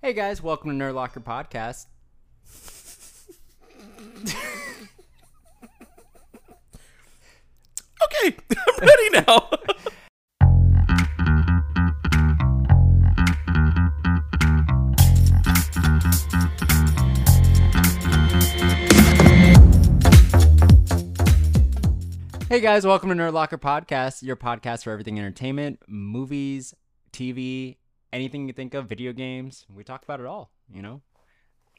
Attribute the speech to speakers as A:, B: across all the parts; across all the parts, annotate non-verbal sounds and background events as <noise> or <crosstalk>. A: Hey guys, welcome to Nerd Locker Podcast.
B: <laughs> Okay, <laughs> I'm ready now.
A: Hey guys, welcome to Nerd Locker Podcast, your podcast for everything entertainment, movies, TV, anything you think of, video games. We talk about it all, you know?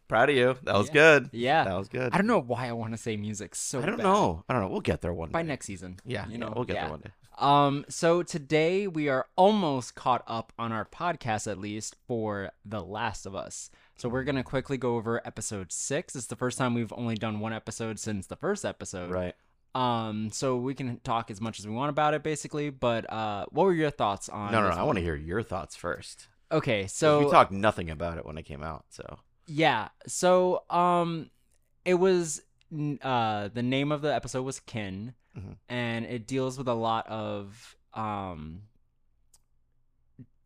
B: Proud of you. That was
A: Yeah.
B: good.
A: Yeah.
B: That was good.
A: I don't know why I want to say music so
B: I don't
A: bad.
B: know. I don't know. We'll get there one
A: By
B: day.
A: next season.
B: Yeah,
A: You know,
B: we'll get
A: yeah.
B: there one day.
A: Um, so today we are almost caught up on our podcast, at least for The Last of Us. So we're gonna quickly go over episode six. It's the first time we've only done one episode since the first episode.
B: Right.
A: Um, so we can talk as much as we want about it, basically. But uh, what were your thoughts on?
B: No, no, no.
A: this
B: I
A: one?
B: want to hear your thoughts first.
A: Okay,
B: 'Cause
A: so
B: we talked nothing about it when it came out. So
A: yeah, so um, it was n- uh the name of the episode was Kin,
B: Mhm.
A: and it deals with a lot of um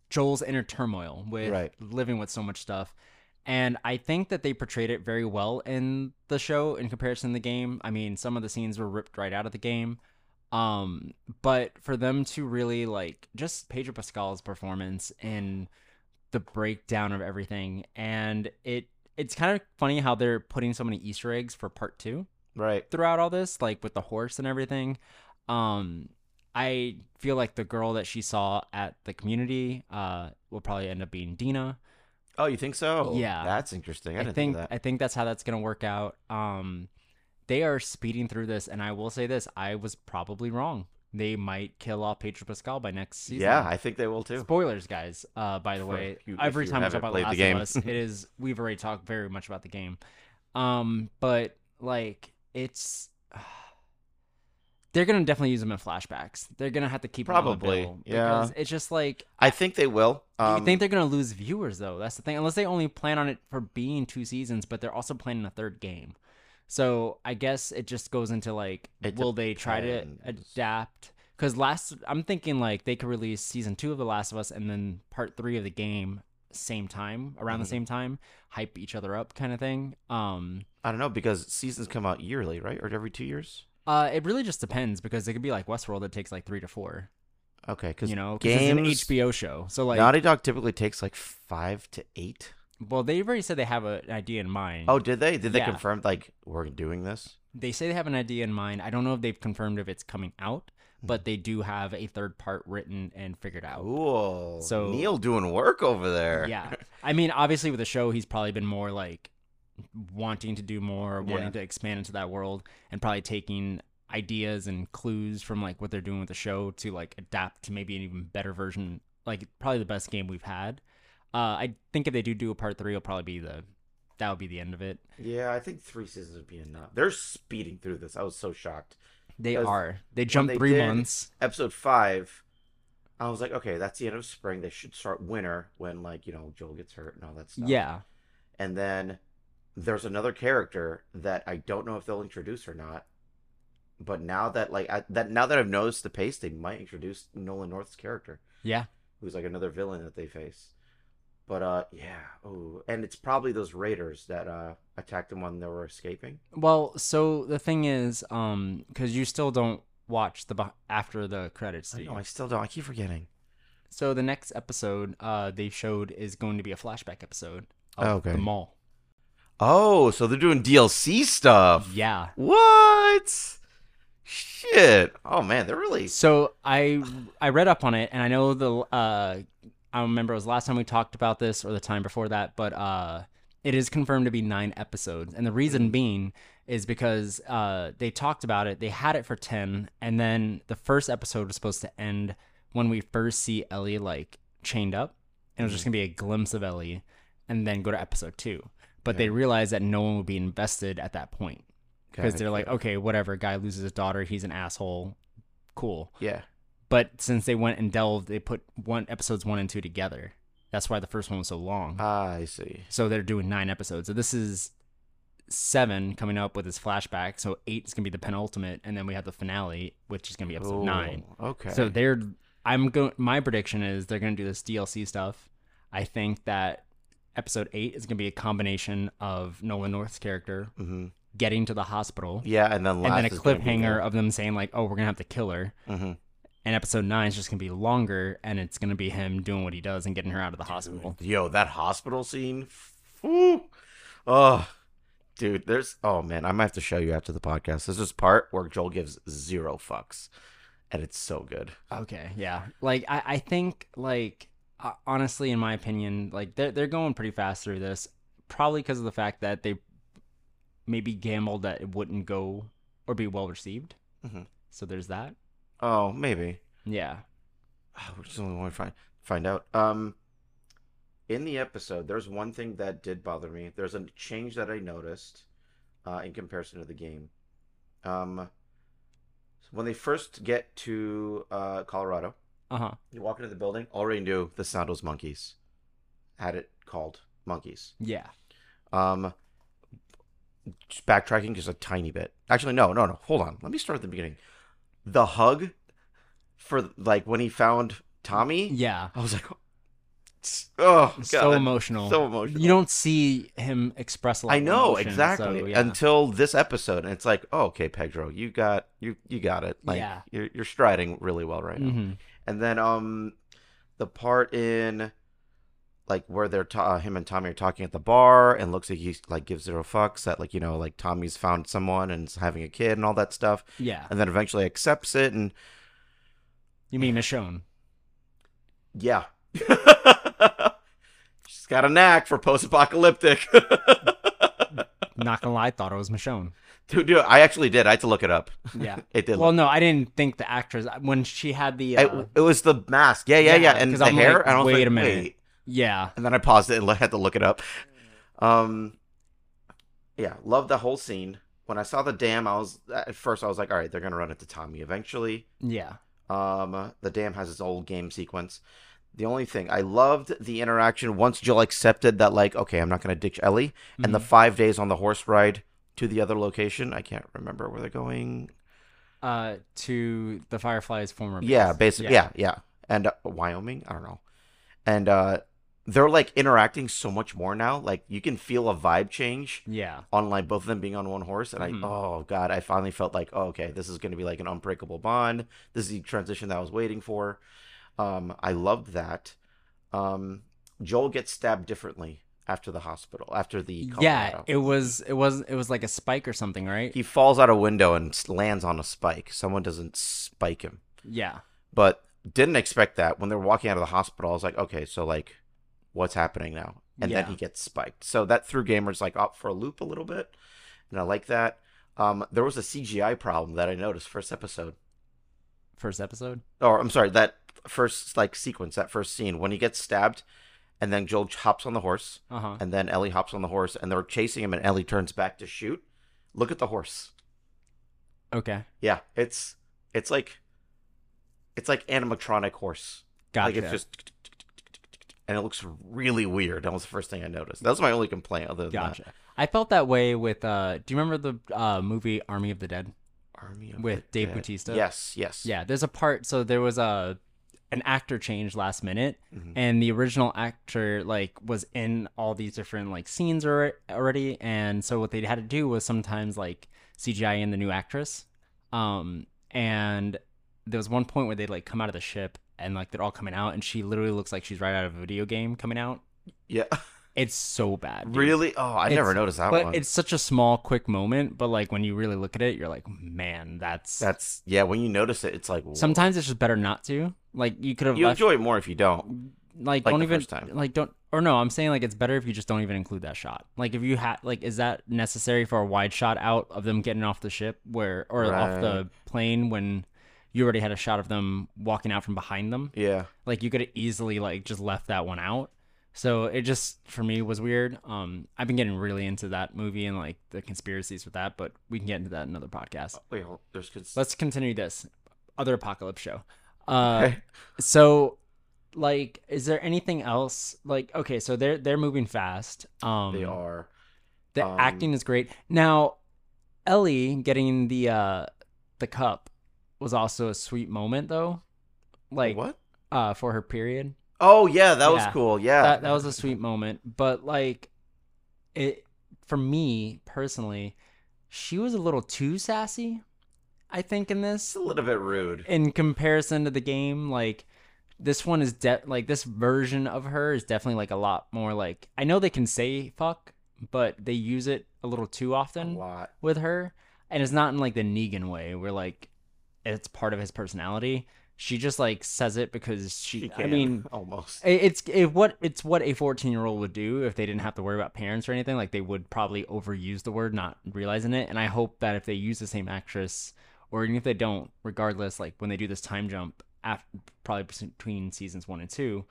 A: Joel's inner turmoil with
B: Right.
A: living with so much stuff. And I think that they portrayed it very well in the show in comparison to the game. I mean, some of the scenes were ripped right out of the game. Um, but for them to really like just Pedro Pascal's performance and the breakdown of everything, and it it's kind of funny how they're putting so many Easter eggs for part two
B: right.
A: throughout all this, like with the horse and everything. Um, I feel like the girl that she saw at the community uh, will probably end up being Dina.
B: Oh, you think so?
A: Yeah.
B: That's interesting. I
A: I,
B: didn't
A: think
B: of that.
A: I think that's how that's gonna work out. Um, they are speeding through this, and I will say this: I was probably wrong. They might kill off Pedro Pascal by next season.
B: yeah, I think they will too.
A: Spoilers, guys. Uh, by the
B: For-
A: way,
B: if you- if
A: every
B: you
A: time we talk
B: haven't
A: about
B: played
A: Last
B: the game.
A: of Us, it
B: <laughs>
A: is we've already talked very much about the game. Um, but like it's. <sighs> They're gonna definitely use them in flashbacks. They're gonna have to keep 'em on the
B: Probably,
A: bill
B: yeah.
A: Because it's just like
B: I think they will. Um,
A: you think they're gonna lose viewers though? That's the thing. Unless they only plan on it for being two seasons, but they're also planning a third game. So I guess it just goes into like,
B: It
A: will they try to
B: depends.
A: adapt? Because last, I'm thinking like they could release season two of The Last of Us and then part three of the game same time around the
B: Mhm.
A: same time, hype each other up kind of thing. Um,
B: I don't know because seasons come out yearly, right? Or every two years?
A: uh, it really just depends because it could be like Westworld that takes like three to four.
B: Okay, because
A: You know, 'cause
B: games,
A: it's an HBO show, so like,
B: Naughty Dog typically takes like five to eight.
A: well, they already said they have a, an idea in mind.
B: Oh, did they? Did they
A: Yeah.
B: confirm like we're doing this?
A: they say they have an idea in mind. I don't know if they've confirmed if it's coming out, but they do have a third part written and figured out.
B: Cool.
A: So-
B: Neil doing work over <laughs> there.
A: Yeah. I mean, obviously with the show, he's probably been more like wanting to do more, wanting
B: Yeah.
A: to expand into that world and probably taking ideas and clues from like what they're doing with the show to like adapt to maybe an even better version, like probably the best game we've had. Uh, I think if they do do a part three, it'll probably be the, that would be the end of it.
B: Yeah, I think three seasons would be enough. They're speeding through this. I was so shocked.
A: They
B: 'Cause
A: are. They jumped
B: they
A: three
B: did-
A: months.
B: Episode five, I was like, okay, that's the end of spring. They should start winter when like you know Joel gets hurt and all that stuff.
A: Yeah.
B: And then there's another character that I don't know if they'll introduce or not. But now that like I, that now that I've noticed the pace, they might introduce Nolan North's character.
A: Yeah.
B: who's like another villain that they face. But uh yeah, oh, and it's probably those raiders that uh attacked them when they were escaping.
A: Well, so the thing is, um, because you still don't watch the beh- after the credits. do
B: I know,
A: you?
B: I still don't. I keep forgetting.
A: So the next episode, uh, they showed is going to be a flashback episode of
B: Okay.
A: the mall.
B: Oh, so they're doing DLC stuff.
A: Yeah.
B: What? Shit. Oh man, they're really
A: So I I read up on it, and I know the uh, I don't remember it was the last time we talked about this or the time before that, but uh, it is confirmed to be nine episodes, and the reason being is because uh, they talked about it. They had it for ten, and then the first episode was supposed to end when we first see Ellie like chained up, and it was just gonna be a glimpse of Ellie, and then go to episode two. But they
B: Yeah.
A: realized that no one would be invested at that point because they're like,
B: Gotcha.
A: okay, whatever. Guy loses his daughter. He's an asshole. Cool.
B: yeah.
A: But since they went and delved, they put one episodes one and two together. That's why the first one was so long.
B: Ah, I see.
A: so they're doing nine episodes. So this is seven coming up with his flashback. So eight is gonna be the penultimate, and then we have the finale, which is gonna be episode
B: Oh,
A: nine.
B: Okay.
A: So they're I'm going. My prediction is they're gonna do this DLC stuff. I think that episode eight is going to be a combination of Nolan North's character
B: hmm
A: getting to the hospital
B: Yeah, and then
A: and
B: last
A: then a cliffhanger of them saying like, "Oh, we're gonna have to kill her."
B: hmm
A: And episode nine is just gonna be longer, and it's gonna be him doing what he does and getting her out of the hospital.
B: Yo, that hospital scene. Whew. Oh, dude, there's. Oh man, I might have to show you after the podcast. There's this part where Joel gives zero fucks, and it's so good.
A: Okay, yeah. Like I, I think like uh, honestly, in my opinion, like they're they're going pretty fast through this, probably because of the fact that they maybe gambled that it wouldn't go or be well received.
B: Mhm.
A: So there's that.
B: Oh, maybe.
A: Yeah.
B: Oh, Which is the only one we find find out. Um, in the episode, there's one thing that did bother me. There's a change that I noticed, uh, in comparison to the game. Um, when they first get to uh Colorado,
A: Uh huh.
B: You walk into the building, already knew the sound was monkeys. Had it called monkeys.
A: Yeah.
B: Um, just backtracking just a tiny bit. Actually, no, no, no. Hold on. Let me start at the beginning. The hug for like when he found Tommy.
A: Yeah.
B: I was like, oh, God,
A: so emotional.
B: so emotional.
A: You don't see him express a lot.
B: I
A: of
B: know
A: emotion,
B: exactly
A: so, yeah.
B: until this episode, and it's like, oh, okay, Pedro, you got you you got it. Like
A: Yeah.
B: you're, you're striding really well right now.
A: Mhm.
B: And then um the part in like where they're ta- uh, him and Tommy are talking at the bar and looks like he like gives zero fucks that like you know like Tommy's found someone and is having a kid and all that stuff
A: Yeah.
B: and then eventually accepts it and
A: You mean Michonne?
B: yeah. <laughs> She's got a knack for post-apocalyptic. <laughs>
A: Not gonna lie, I thought it was
B: <laughs>
A: Michonne.
B: dude, dude, I actually did. I had to look it up.
A: Yeah.
B: It did.
A: well, no, I didn't think the actress uh, when she had the.
B: I-
A: Uh,
B: it was the mask. Yeah, yeah,
A: Yeah,
B: yeah. And
A: 'cause
B: the
A: I'm
B: hair.
A: like,
B: and I was
A: wait
B: like,
A: a minute.
B: wait.
A: yeah.
B: and then I paused it and had to look it up. Um, yeah, love the whole scene. When I saw the dam, I was at first I was like, all right, they're gonna run it to Tommy eventually.
A: Yeah.
B: Um, the dam has its old game sequence. The only thing I loved the interaction once Jill accepted that, like, okay, I'm not gonna ditch Ellie, and the five days on the horse ride to the other location. I can't remember where they're going.
A: uh to the Firefly's former base.
B: Yeah, basically, yeah, yeah, and uh, Wyoming. I don't know, and uh, they're like interacting so much more now. Like you can feel a vibe change.
A: Yeah.
B: on like both of them being on one horse and
A: Mhm.
B: i oh god i finally felt like oh, okay this is going to be like an unbreakable bond this is the transition that i was waiting for um i loved that um joel gets stabbed differently after the hospital after the
A: Yeah,
B: Colorado.
A: it was it was it was like a spike or something, right?
B: he falls out a window and s- lands on a spike someone doesn't spike him
A: yeah.
B: but didn't expect that when they were walking out of the hospital i was like okay so like what's happening now and
A: Yeah.
B: then he gets spiked so that threw gamers like up for a loop a little bit and i like that um, there was a cgi problem that i noticed first episode
A: First episode.
B: or i'm sorry that first like sequence that first scene when he gets stabbed and then joel hops on the horse
A: Uh-huh.
B: and then ellie hops on the horse and they're chasing him and ellie turns back to shoot look at the horse
A: Okay.
B: yeah it's it's like it's like animatronic horse
A: Gotcha.
B: Like it's just and it looks really weird. That was the first thing I noticed. That was my only complaint other than
A: gotcha. I felt that way with uh do you remember the uh movie Army of the Dead?
B: that. Army of
A: With
B: the
A: Dave
B: Dead.
A: Bautista?
B: Yes, yes.
A: Yeah, there's a part so there was a an actor change last minute
B: Mhm.
A: and the original actor like was in all these different like scenes alre- already and so what they had to do was sometimes like CGI in the new actress. Um and there was one point where they'd like come out of the ship and like they're all coming out and she literally looks like she's right out of a video game coming out.
B: Yeah.
A: It's so bad. <laughs> dude.
B: really? Oh, I
A: It's-
B: never noticed that
A: But
B: one.
A: it's such a small quick moment, but like when you really look at it, you're like, "Man, that's
B: That's yeah, when you notice it, it's like whoa.
A: sometimes it's just better not to." Like you could have
B: you
A: left
B: enjoy it more if you don't.
A: like,
B: Like
A: don't
B: the
A: even
B: first time.
A: like don't or no i'm saying like it's better if you just don't even include that shot like if you had like is that necessary for a wide shot out of them getting off the ship where or off the plane when you already had a shot of them walking out from behind them
B: Yeah.
A: like you could have easily like just left that one out so it just for me was weird um i've been getting really into that movie and like the conspiracies with that but we can get into that in another podcast
B: Wait, hold, there's cons-
A: let's continue this other apocalypse show uh
B: Okay.
A: so like is there anything else like okay so they're they're moving fast um
B: they are.
A: the
B: um,
A: acting is great now ellie getting the uh the cup was also a sweet moment though like
B: what?
A: uh for her period
B: Oh yeah, that was
A: Yeah.
B: cool. Yeah,
A: that that was a sweet moment. But like, it for me personally, she was a little too sassy. I think in this,
B: It's a little bit rude.
A: in comparison to the game, like this one is de- like this version of her is definitely like a lot more like I know they can say fuck, but they use it a little too
B: a
A: often
B: lot.
A: with her, and it's not in like the Negan way where like it's part of his personality. She just like says it because she.
B: She
A: I
B: can
A: mean,
B: <laughs> almost.
A: it- it's it, what it's what a 14 year old would do if they didn't have to worry about parents or anything like they would probably overuse the word not realizing it and i hope that if they use the same actress or even if they don't regardless like when they do this time jump after probably between seasons one and two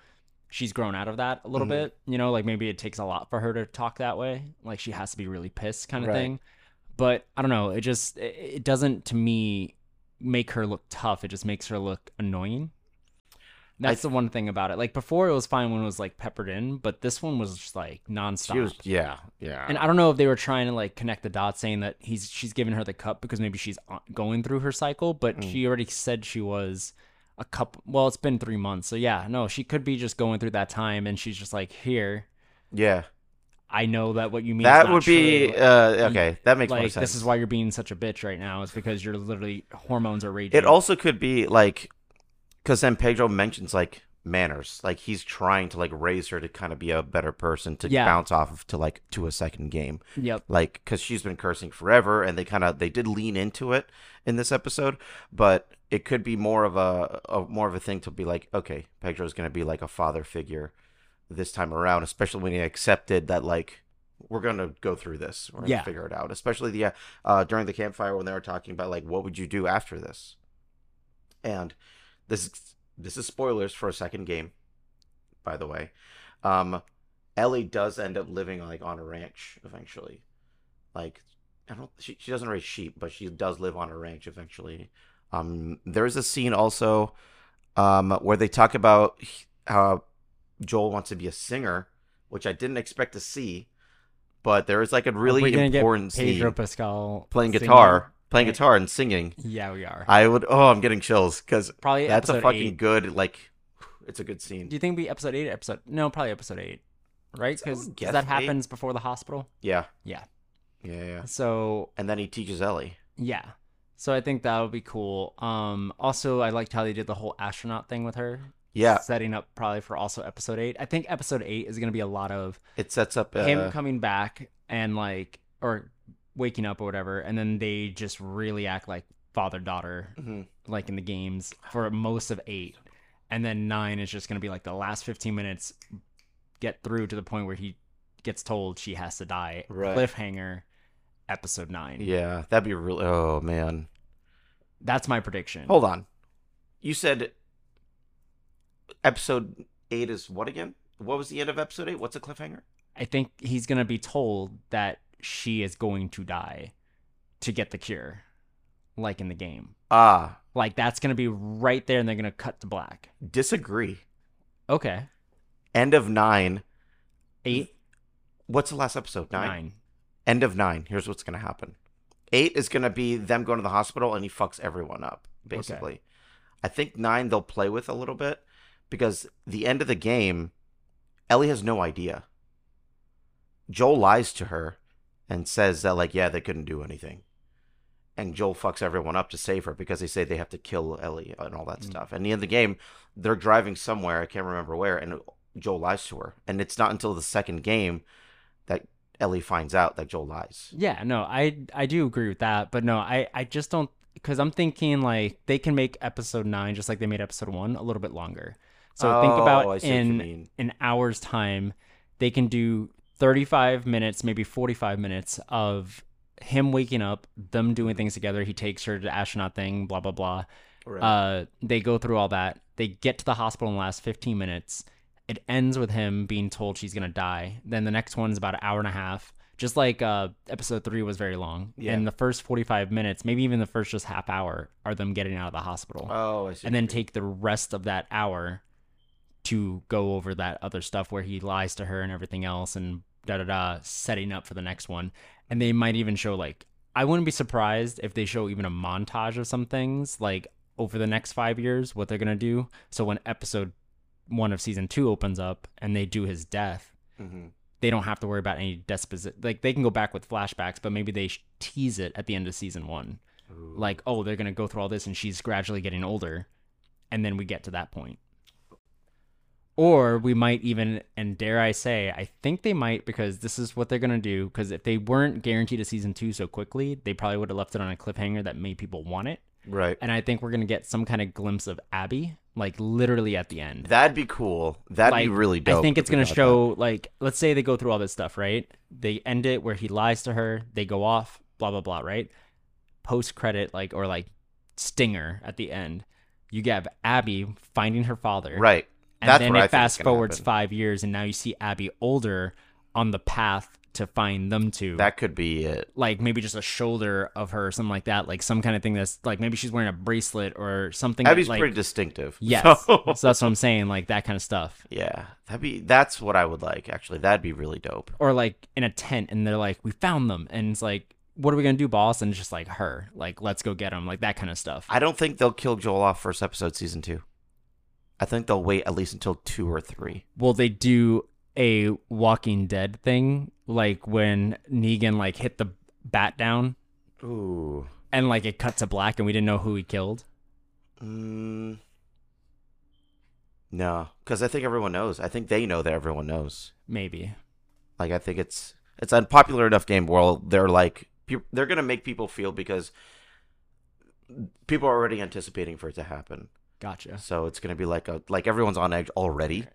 A: she's grown out of that a little
B: Mhm.
A: bit you know like maybe it takes a lot for her to talk that way like she has to be really pissed kind of
B: Right.
A: thing but i don't know it just it, it doesn't to me make her look tough. It just makes her look annoying. That's the one thing about it. Like before, it was fine when it was like peppered in, but this one was just like nonstop.
B: She was. Yeah, yeah.
A: and I don't know if they were trying to like connect the dots, saying that he's she's giving her the cup because maybe she's on- going through her cycle, but
B: Mm.
A: she already said she was a couple. Well, it's been three months, so yeah, no, she could be just going through that time, and she's just like, here,
B: yeah,
A: I know that what you mean. is
B: that
A: not
B: would be.
A: true."
B: Uh, okay, that makes more
A: like
B: sense.
A: this is why you're being such a bitch right now is because you're literally hormones are raging.
B: It also could be like, because then Pedro mentions like manners, like he's trying to like raise her to kind of be a better person to
A: Yeah.
B: bounce off of to like to a second game,
A: yep.
B: like because she's been cursing forever, and they kind of they did lean into it in this episode, but it could be more of a, a more of a thing to be like, okay, Pedro's gonna be like a father figure this time around, especially when he accepted that like. We're gonna go through this. We're gonna
A: Yeah.
B: figure it out. Especially the uh, uh, during the campfire when they were talking about like what would you do after this, and this this is spoilers for a second game, by the way. Um, Ellie does end up living like on a ranch eventually. Like I don't she, she doesn't raise sheep, but she does live on a ranch eventually. Um, there's a scene also um, where they talk about how Joel wants to be a singer, which I didn't expect to see, but there is like a
A: we
B: really
A: gonna get
B: important
A: Pedro
B: scene
A: Pascal
B: playing
A: singing?
B: guitar, playing guitar and singing.
A: Yeah, we are.
B: I would oh I'm getting chills because
A: probably
B: that's a
A: episode
B: fucking
A: eight.
B: good like it's a good scene.
A: Do you think it'd be episode eight? Or episode no, probably episode eight, right?
B: I would
A: Because
B: guess
A: that
B: eight.
A: happens before the hospital.
B: Yeah.
A: Yeah.
B: Yeah. yeah.
A: So
B: And then he teaches Ellie.
A: yeah, so I think that would be cool. Um, also I liked how they did the whole astronaut thing with her.
B: Yeah.
A: setting up probably for also episode eight. I think episode eight is gonna be a lot of
B: It sets up uh,
A: him coming back and like or waking up or whatever, and then they just really act like father daughter
B: mhm.
A: like in the games for most of eight, and then nine is just gonna be like the last fifteen minutes get through to the point where he gets told she has to die.
B: Right.
A: Cliffhanger, episode nine.
B: Yeah, that'd be really oh man.
A: That's my prediction.
B: Hold on. You said episode 8 is what again? What was the end of episode 8? What's a cliffhanger?
A: I think he's gonna be told that she is going to die to get the cure, like in the game.
B: Ah,
A: Like that's gonna be right there, and they're gonna cut to black.
B: disagree.
A: Okay,
B: End of 9.
A: eight,
B: What's the last episode? 9.
A: nine.
B: End of 9. Here's what's going to happen. 8 is going to be them going to the hospital and he fucks everyone up basically. I think 9 they'll play with a little bit because the end of the game Ellie has no idea. Joel lies to her and says that, like, yeah, they couldn't do anything. And Joel fucks everyone up to save her because they say they have to kill Ellie and all that
A: Mm.
B: stuff. And the end of the game, they're driving somewhere, I can't remember where, and Joel lies to her. And it's not until the second game that Ellie finds out that Joel lies.
A: Yeah, no, I I do agree with that, but no, I I just don't because I'm thinking like they can make episode nine just like they made episode one a little bit longer. So think
B: Oh,
A: about
B: see what you
A: in
B: mean.
A: an hour's time, they can do 35 minutes, maybe 45 minutes of him waking up, them doing things together. He takes her to the astronaut thing, blah blah blah.
B: Right.
A: Uh, they go through all that. They get to the hospital in the last 15 minutes. It ends with him being told she's gonna die. Then the next one's about an hour and a half. Just like uh, episode three was very long,
B: Yeah.
A: and the first 45 minutes, maybe even the first just half hour, are them getting out of the hospital,
B: oh, I see.
A: and then
B: what you mean.
A: take the rest of that hour to go over that other stuff where he lies to her and everything else, and da da da, setting up for the next one. And they might even show like I wouldn't be surprised if they show even a montage of some things like over the next five years what they're gonna do. So when episode one of season two opens up and they do his death,
B: hmm
A: they don't have to worry about any desposi Like they can go back with flashbacks, but maybe they sh- tease it at the end of season one. Like, oh, they're gonna go through all this, and she's gradually getting older, and then we get to that point. Or we might even, and dare I say, I think they might because this is what they're gonna do. Because if they weren't guaranteed a season two so quickly, they probably would have left it on a cliffhanger that made people want it.
B: right.
A: And I think we're gonna get some kind of glimpse of Abby, like literally at the end.
B: That'd be cool. That'd be
A: Like,
B: really dope.
A: I think it's
B: if we
A: gonna
B: got
A: show like let's say they go through all this stuff, right? They end it where he lies to her, they go off, blah blah blah, right? Post credit like or like stinger at the end. You have Abby finding her father.
B: that. Right.
A: And
B: That's
A: then
B: what I
A: it
B: think is
A: fast
B: gonna
A: forwards
B: happen.
A: five years and now you see Abby older on the path to find them two.
B: That could be it.
A: like maybe just a shoulder of her or something like that. Like some kind of thing that's like maybe she's wearing a bracelet or something. that,
B: Abby's
A: like,
B: pretty distinctive. <laughs>
A: Yes.
B: so-
A: so that's what I'm saying, like that kind of stuff.
B: yeah. That'd be. That's what I would like. Actually, that'd be really dope.
A: or like in a tent and they're like we found them and it's like what are we gonna do boss and it's just like her like let's go get them like that kind of stuff
B: I don't think they'll kill Joel off first episode season two. I think they'll wait at least until two or three.
A: will they do a walking dead thing like when negan like hit the bat down
B: Ooh.
A: and like it cut to black and we didn't know who he killed
B: Mm. No, because I think everyone knows. I think they know that everyone knows.
A: maybe
B: Like I think it's it's an unpopular enough game where they're like peop they're gonna make people feel because people are already anticipating for it to happen.
A: gotcha
B: So it's gonna be like a like everyone's on edge already.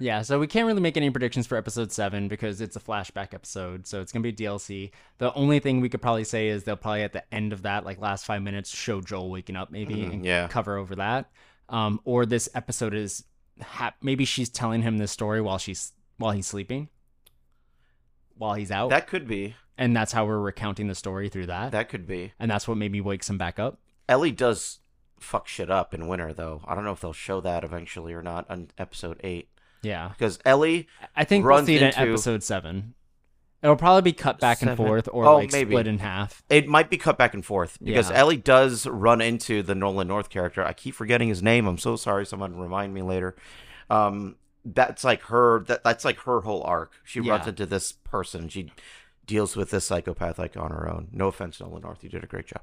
A: yeah so we can't really make any predictions for episode 7 because it's a flashback episode so it's gonna be dlc the only thing we could probably say is they'll probably at the end of that like last five minutes show joel waking up maybe
B: Mhm,
A: and
B: <laughs> yeah.
A: cover over that. Um, or this episode is ha- maybe she's telling him this story while she's while he's sleeping, while he's out,
B: That could be.
A: and that's how we're recounting the story through that,
B: That could be.
A: and that's what maybe wakes him back up.
B: Ellie does fuck shit up in winter though. I don't know if they'll show that eventually or not on episode eight.
A: Yeah,
B: Because Ellie
A: I think we'll
B: Runs
A: see it in
B: into-
A: episode seven. It'll probably be cut back and
B: Seven.
A: forth or
B: Oh,
A: like
B: maybe.
A: split in
B: <laughs>
A: half.
B: It might be cut back and forth because
A: Yeah.
B: Ellie does run into the Nolan North character. I keep forgetting his name. I'm so sorry. Someone remind me later. Um, that's like her. That that's like her whole arc. She runs
A: Yeah.
B: into this person. She deals with this psychopath like on her own. No offense, Nolan North. You did a great job.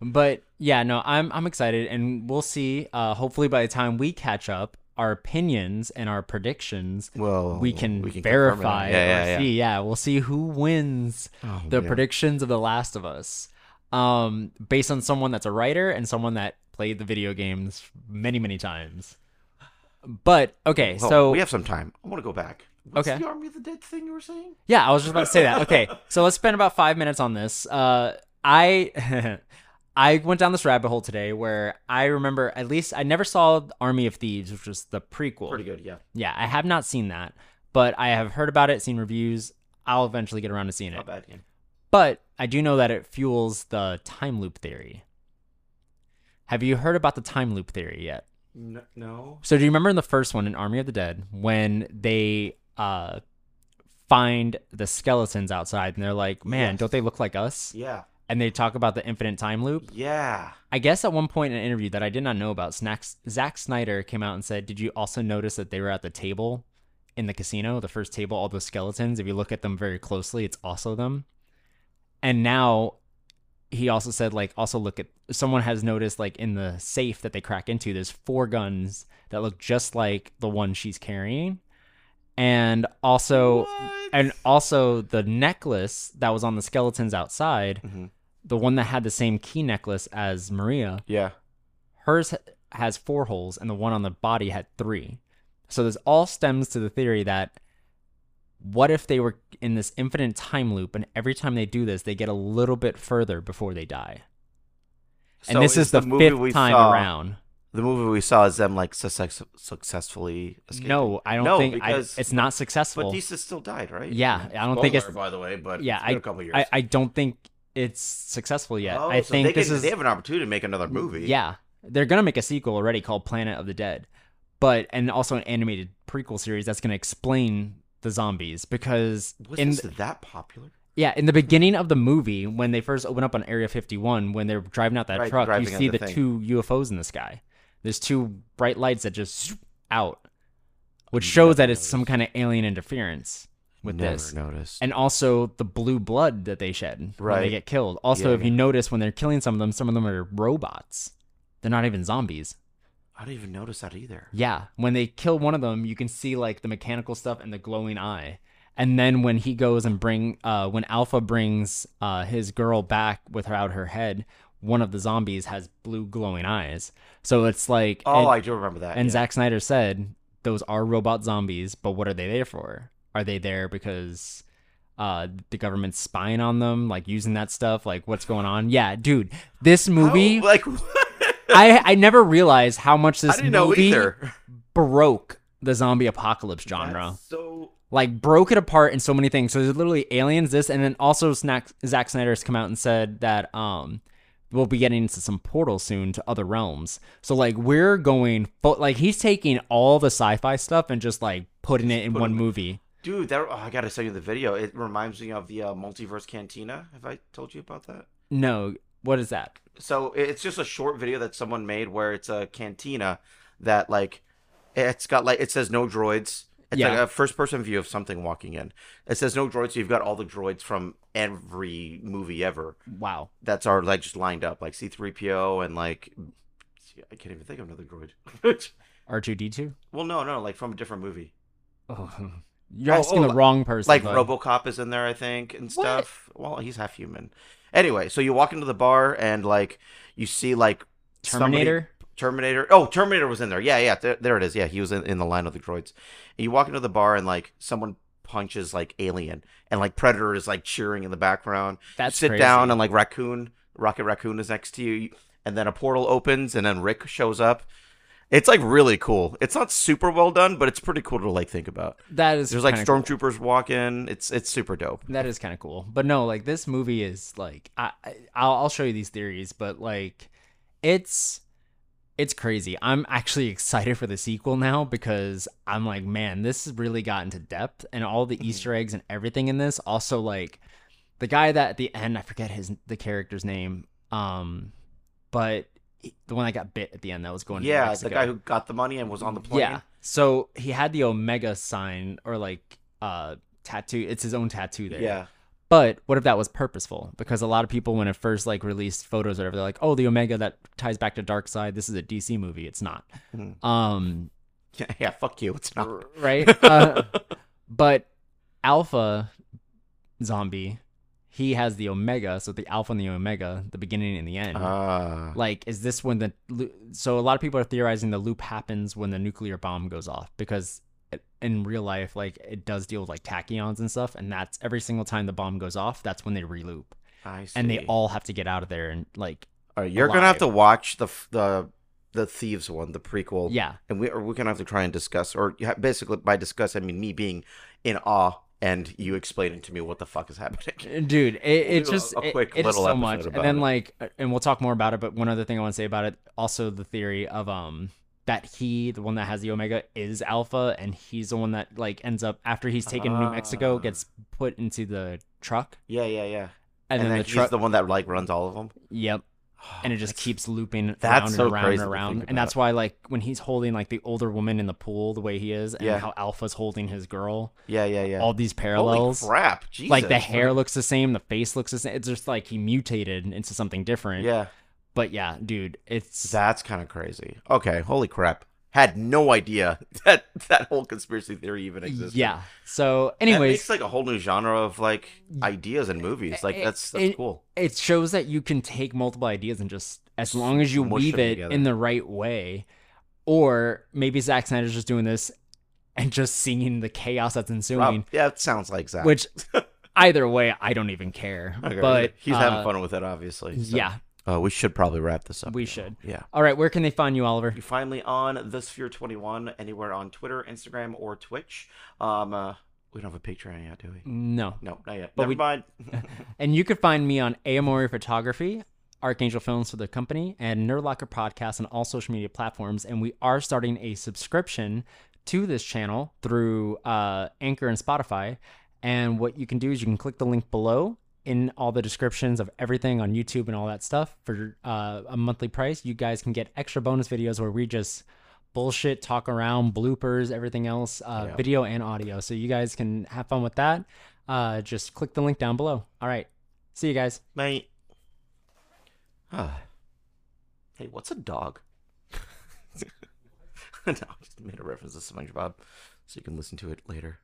A: But yeah, no, I'm I'm excited, and we'll see. Uh, hopefully, by the time we catch up, our opinions and our predictions
B: Well,
A: we can,
B: confirm it.
A: verify
B: Yeah,
A: or
B: yeah, yeah.
A: see. Yeah, we'll see who wins
B: Oh,
A: the
B: man.
A: predictions of The Last of Us, um, based on someone that's a writer and someone that played the video games many, many times. But okay,
B: Hold on,
A: so
B: we have some time. I want to go back. What's
A: Okay.
B: the Army of the Dead thing you were saying?
A: yeah, I was just about to say that.
B: <laughs>
A: Okay, so let's spend about five minutes on this. Uh, I. <laughs> I went down this rabbit hole today where I remember at least I never saw Army of Thieves, which was the prequel.
B: Pretty good. Yeah,
A: Yeah, I have not seen that, but I have heard about it, seen reviews. I'll eventually get around to seeing
B: not
A: it.
B: bad. game.
A: But I do know that it fuels the time loop theory. Have you heard about the time loop theory yet?
B: No, no.
A: So do you remember in the first one in Army of the Dead when they uh find the skeletons outside and they're like, "Man,
B: Yes.
A: don't they look like us?"
B: Yeah,
A: And they talk about the infinite time loop.
B: yeah.
A: I guess at one point in an interview that I did not know about, Snacks, Zack Snyder came out and said, "Did you also notice that they were at the table in the casino, the first table, all those skeletons? If you look at them very closely, it's also them." And now, he also said, like, also look at someone has noticed, like, in the safe that they crack into, there's four guns that look just like the one she's carrying, and also,
B: What?
A: and also the necklace that was on the skeletons outside
B: Mhm.
A: the one that had the same key necklace as Maria,
B: yeah.
A: hers ha- has four holes, and the one on the body had three. So this all stems to the theory that what if they were in this infinite time loop, and every time they do this, they get a little bit further before they die. And
B: So
A: this is the,
B: movie we
A: fifth time
B: saw-
A: around.
B: The movie we saw is them like success- successfully escaping.
A: No, I don't
B: No,
A: think I,
B: because-
A: it's not
B: but
A: successful.
B: Disa still died, right?
A: yeah, I don't think it's.
B: by the way, but
A: Yeah,
B: it's been a couple years.
A: I, I don't think it's successful yet.
B: Oh,
A: I
B: so
A: think
B: they
A: this
B: can-
A: is Mm,
B: they have an opportunity to make another movie.
A: Yeah. They're going to make a sequel already called Planet of the Dead, but, and also an animated prequel series that's going to explain the zombies because
B: was
A: in
B: this that popular?
A: yeah in the beginning of the movie when they first open up on area 51 when they're driving out that
B: Right,
A: truck you
B: driving on
A: see
B: the
A: the
B: thing.
A: two ufos in the sky there's two bright lights that just zoop, out, which
B: Never
A: shows that it's
B: noticed.
A: some kind of alien interference with
B: Never
A: this.
B: noticed.
A: And also the blue blood that they shed when they
B: Right.
A: get killed. Also,
B: Yeah,
A: if you notice when they're killing some of them, some of them are robots. They're not even zombies.
B: I didn't even notice that either.
A: Yeah. When they kill one of them, you can see like the mechanical stuff and the glowing eye. And then when he goes and bring uh when Alpha brings uh his girl back without her head, one of the zombies has blue glowing eyes. So it's like
B: Oh,
A: and,
B: I do remember that.
A: and
B: yeah.
A: Zack Snyder said those are robot zombies, but what are they there for? Are they there because uh the government's spying on them, like using that stuff, like what's going on? Yeah, dude, this
B: How- <laughs>
A: movie
B: like
A: I I never realized how much
B: I
A: this
B: didn't know
A: movie
B: either.
A: broke the zombie apocalypse genre.
B: That's so
A: Like broke it apart in so many things. So there's literally aliens, this, and then also Snack, Zack Snyder's come out and said that um we'll be getting into some portals soon to other realms. So like we're going, but like he's taking all the sci-fi stuff and just like putting it in
B: Put
A: one
B: it-
A: movie.
B: Dude, that oh, I gotta show you the video. It reminds me of the uh, multiverse cantina. Have I told you about that?
A: No, what is that?
B: So it- it's just a short video that someone made where it's a cantina that like it's got like it says no droids. It's like
A: Yeah.
B: a first person view of something walking in. It says no droids, so you've got all the droids from every movie ever.
A: Wow.
B: That's are like just lined up, like C three PO and like I can't even think of another droid. <laughs>
A: R2D2?
B: well, no, no, like from a different movie.
A: Oh. You're
B: Oh, <laughs>
A: asking
B: oh,
A: the wrong person.
B: like
A: bud.
B: RoboCop is in there, I think, and
A: What?
B: stuff. Well, he's half human. Anyway, so you walk into the bar and like you see like somebody-
A: Terminator?
B: Terminator. Oh, Terminator was in there. Yeah, yeah. There, there it is. Yeah, he was in, in the line of the droids. And you walk into the bar and like someone punches like Alien and like Predator is like cheering in the background.
A: That's
B: Sit
A: crazy.
B: down and like Raccoon, Rocket Raccoon is next to you, and then a portal opens and then Rick shows up. It's like really cool. It's not super well done, but it's pretty cool to like think about.
A: That is
B: There's like
A: kinda
B: stormtroopers walking. It's it's super dope.
A: That is kind of cool. But no, like this movie is like I, I I'll, I'll show you these theories, but like it's it's crazy. I'm actually <laughs> excited for the sequel now because I'm like, man, this has really got into depth and all
B: Mm-hmm.
A: the Easter eggs and everything in this. Also, like the guy that at the end, I forget his the character's name, um, but he- the one that got bit at the end that was going. to
B: yeah,
A: Mexico.
B: the guy who got the money and was on the plane.
A: Yeah. So he had the Omega sign or like uh tattoo. It's his own tattoo there.
B: yeah.
A: But what if that was purposeful? Because a lot of people, when it first like released photos or whatever, they're like, "Oh, the Omega that ties back to Dark Side. This is a DC movie. It's not."
B: Mhm.
A: Um,
B: yeah,
A: <laughs>
B: yeah. Fuck you. It's not.
A: r- right? Uh, but Alpha Zombie, he has the Omega, so the Alpha and the Omega, the beginning and the end.
B: Ah.
A: Like, is this when the lu- so a lot of people are theorizing the loop happens when the nuclear bomb goes off because it- in real life, like it does deal with like tachyons and stuff, and that's every single time the bomb goes off, that's when they reloop
B: Ah, I see.
A: and they all have to get out of there and like
B: All right, you're gonna have
A: alive.
B: to watch the f- the the thieves one, the prequel.
A: yeah
B: And we are we're gonna have to try and discuss, or you ha- basically by discuss, I mean me being in awe and you explaining to me what the fuck
A: <laughs>
B: is happening.
A: dude it, it
B: do a-
A: just
B: a
A: it-
B: quick
A: it's
B: little
A: so
B: episode
A: much and
B: about
A: then
B: it.
A: like uh, and we'll talk more about it but one other thing i want to say about it also the theory of um that he the one that has the omega is alpha and he's the one that like ends up after he's taken to new mexico
B: Ah.
A: gets put into the truck
B: Yeah, yeah, yeah.
A: and,
B: And,
A: then,
B: then,
A: the
B: he's
A: truck
B: the one that like runs all of them.
A: yep and
B: <sighs>
A: it just
B: That's-
A: keeps looping
B: that's
A: around
B: so
A: and around
B: crazy
A: and
B: to
A: around
B: think
A: and that's why like when he's holding like the older woman in the pool the way he is and
B: Yeah.
A: how alpha's holding his girl
B: Yeah, yeah, yeah.
A: all these
B: Holy
A: parallels
B: crap! Jesus.
A: like the hair looks the same, the face looks the same. It's just like he mutated into something different.
B: Yeah,
A: But yeah, dude, it's
B: that's kind of crazy. Okay, holy crap! Had no idea <laughs> that that whole conspiracy theory even existed.
A: yeah. So,
B: Anyways,
A: anyways, Eh,
B: it's like a whole new genre of like ideas and movies. Like
A: it-
B: that's that's
A: it-
B: cool.
A: it shows that you can take multiple ideas and just as long as you
B: Mush
A: weave
B: them
A: it
B: together.
A: in the right way, or maybe Zack Snyder's just doing this and just seeing the chaos that's
B: Rob-
A: ensuing.
B: yeah, it sounds like Zach. <laughs>
A: Which, either way, I don't even care.
B: Okay,
A: but
B: he's having
A: uh,
B: fun with it, obviously. so-
A: Yeah.
B: Uh, we should probably wrap this up.
A: We
B: now.
A: should.
B: Yeah.
A: All right. Where can they find you, Oliver?
B: You find me on the Sphere Twenty One anywhere on Twitter, Instagram, or Twitch. Um, uh, we don't have a Patreon yet, do we?
A: No.
B: No, not yet.
A: Mm. But
B: Never
A: we-
B: mind.
A: And you can find me on Amori E Photography, Archangel Films for the company, and Nerdlocker Podcast on all social media platforms. And we are starting a subscription to this channel through uh, Anchor and Spotify. And what you can do is you can click the link below in all the descriptions of everything on YouTube and all that stuff for uh, a monthly price. You guys can get extra bonus videos where we just bullshit, talk around, bloopers, everything else, uh,
B: Yeah.
A: video and audio. So you guys can have fun with that. Uh, just click the link down below. All right. See you guys.
B: Mate. Ah. Hey, what's a dog? <laughs> no, I just made a reference to SpongeBob, so you can listen to it later.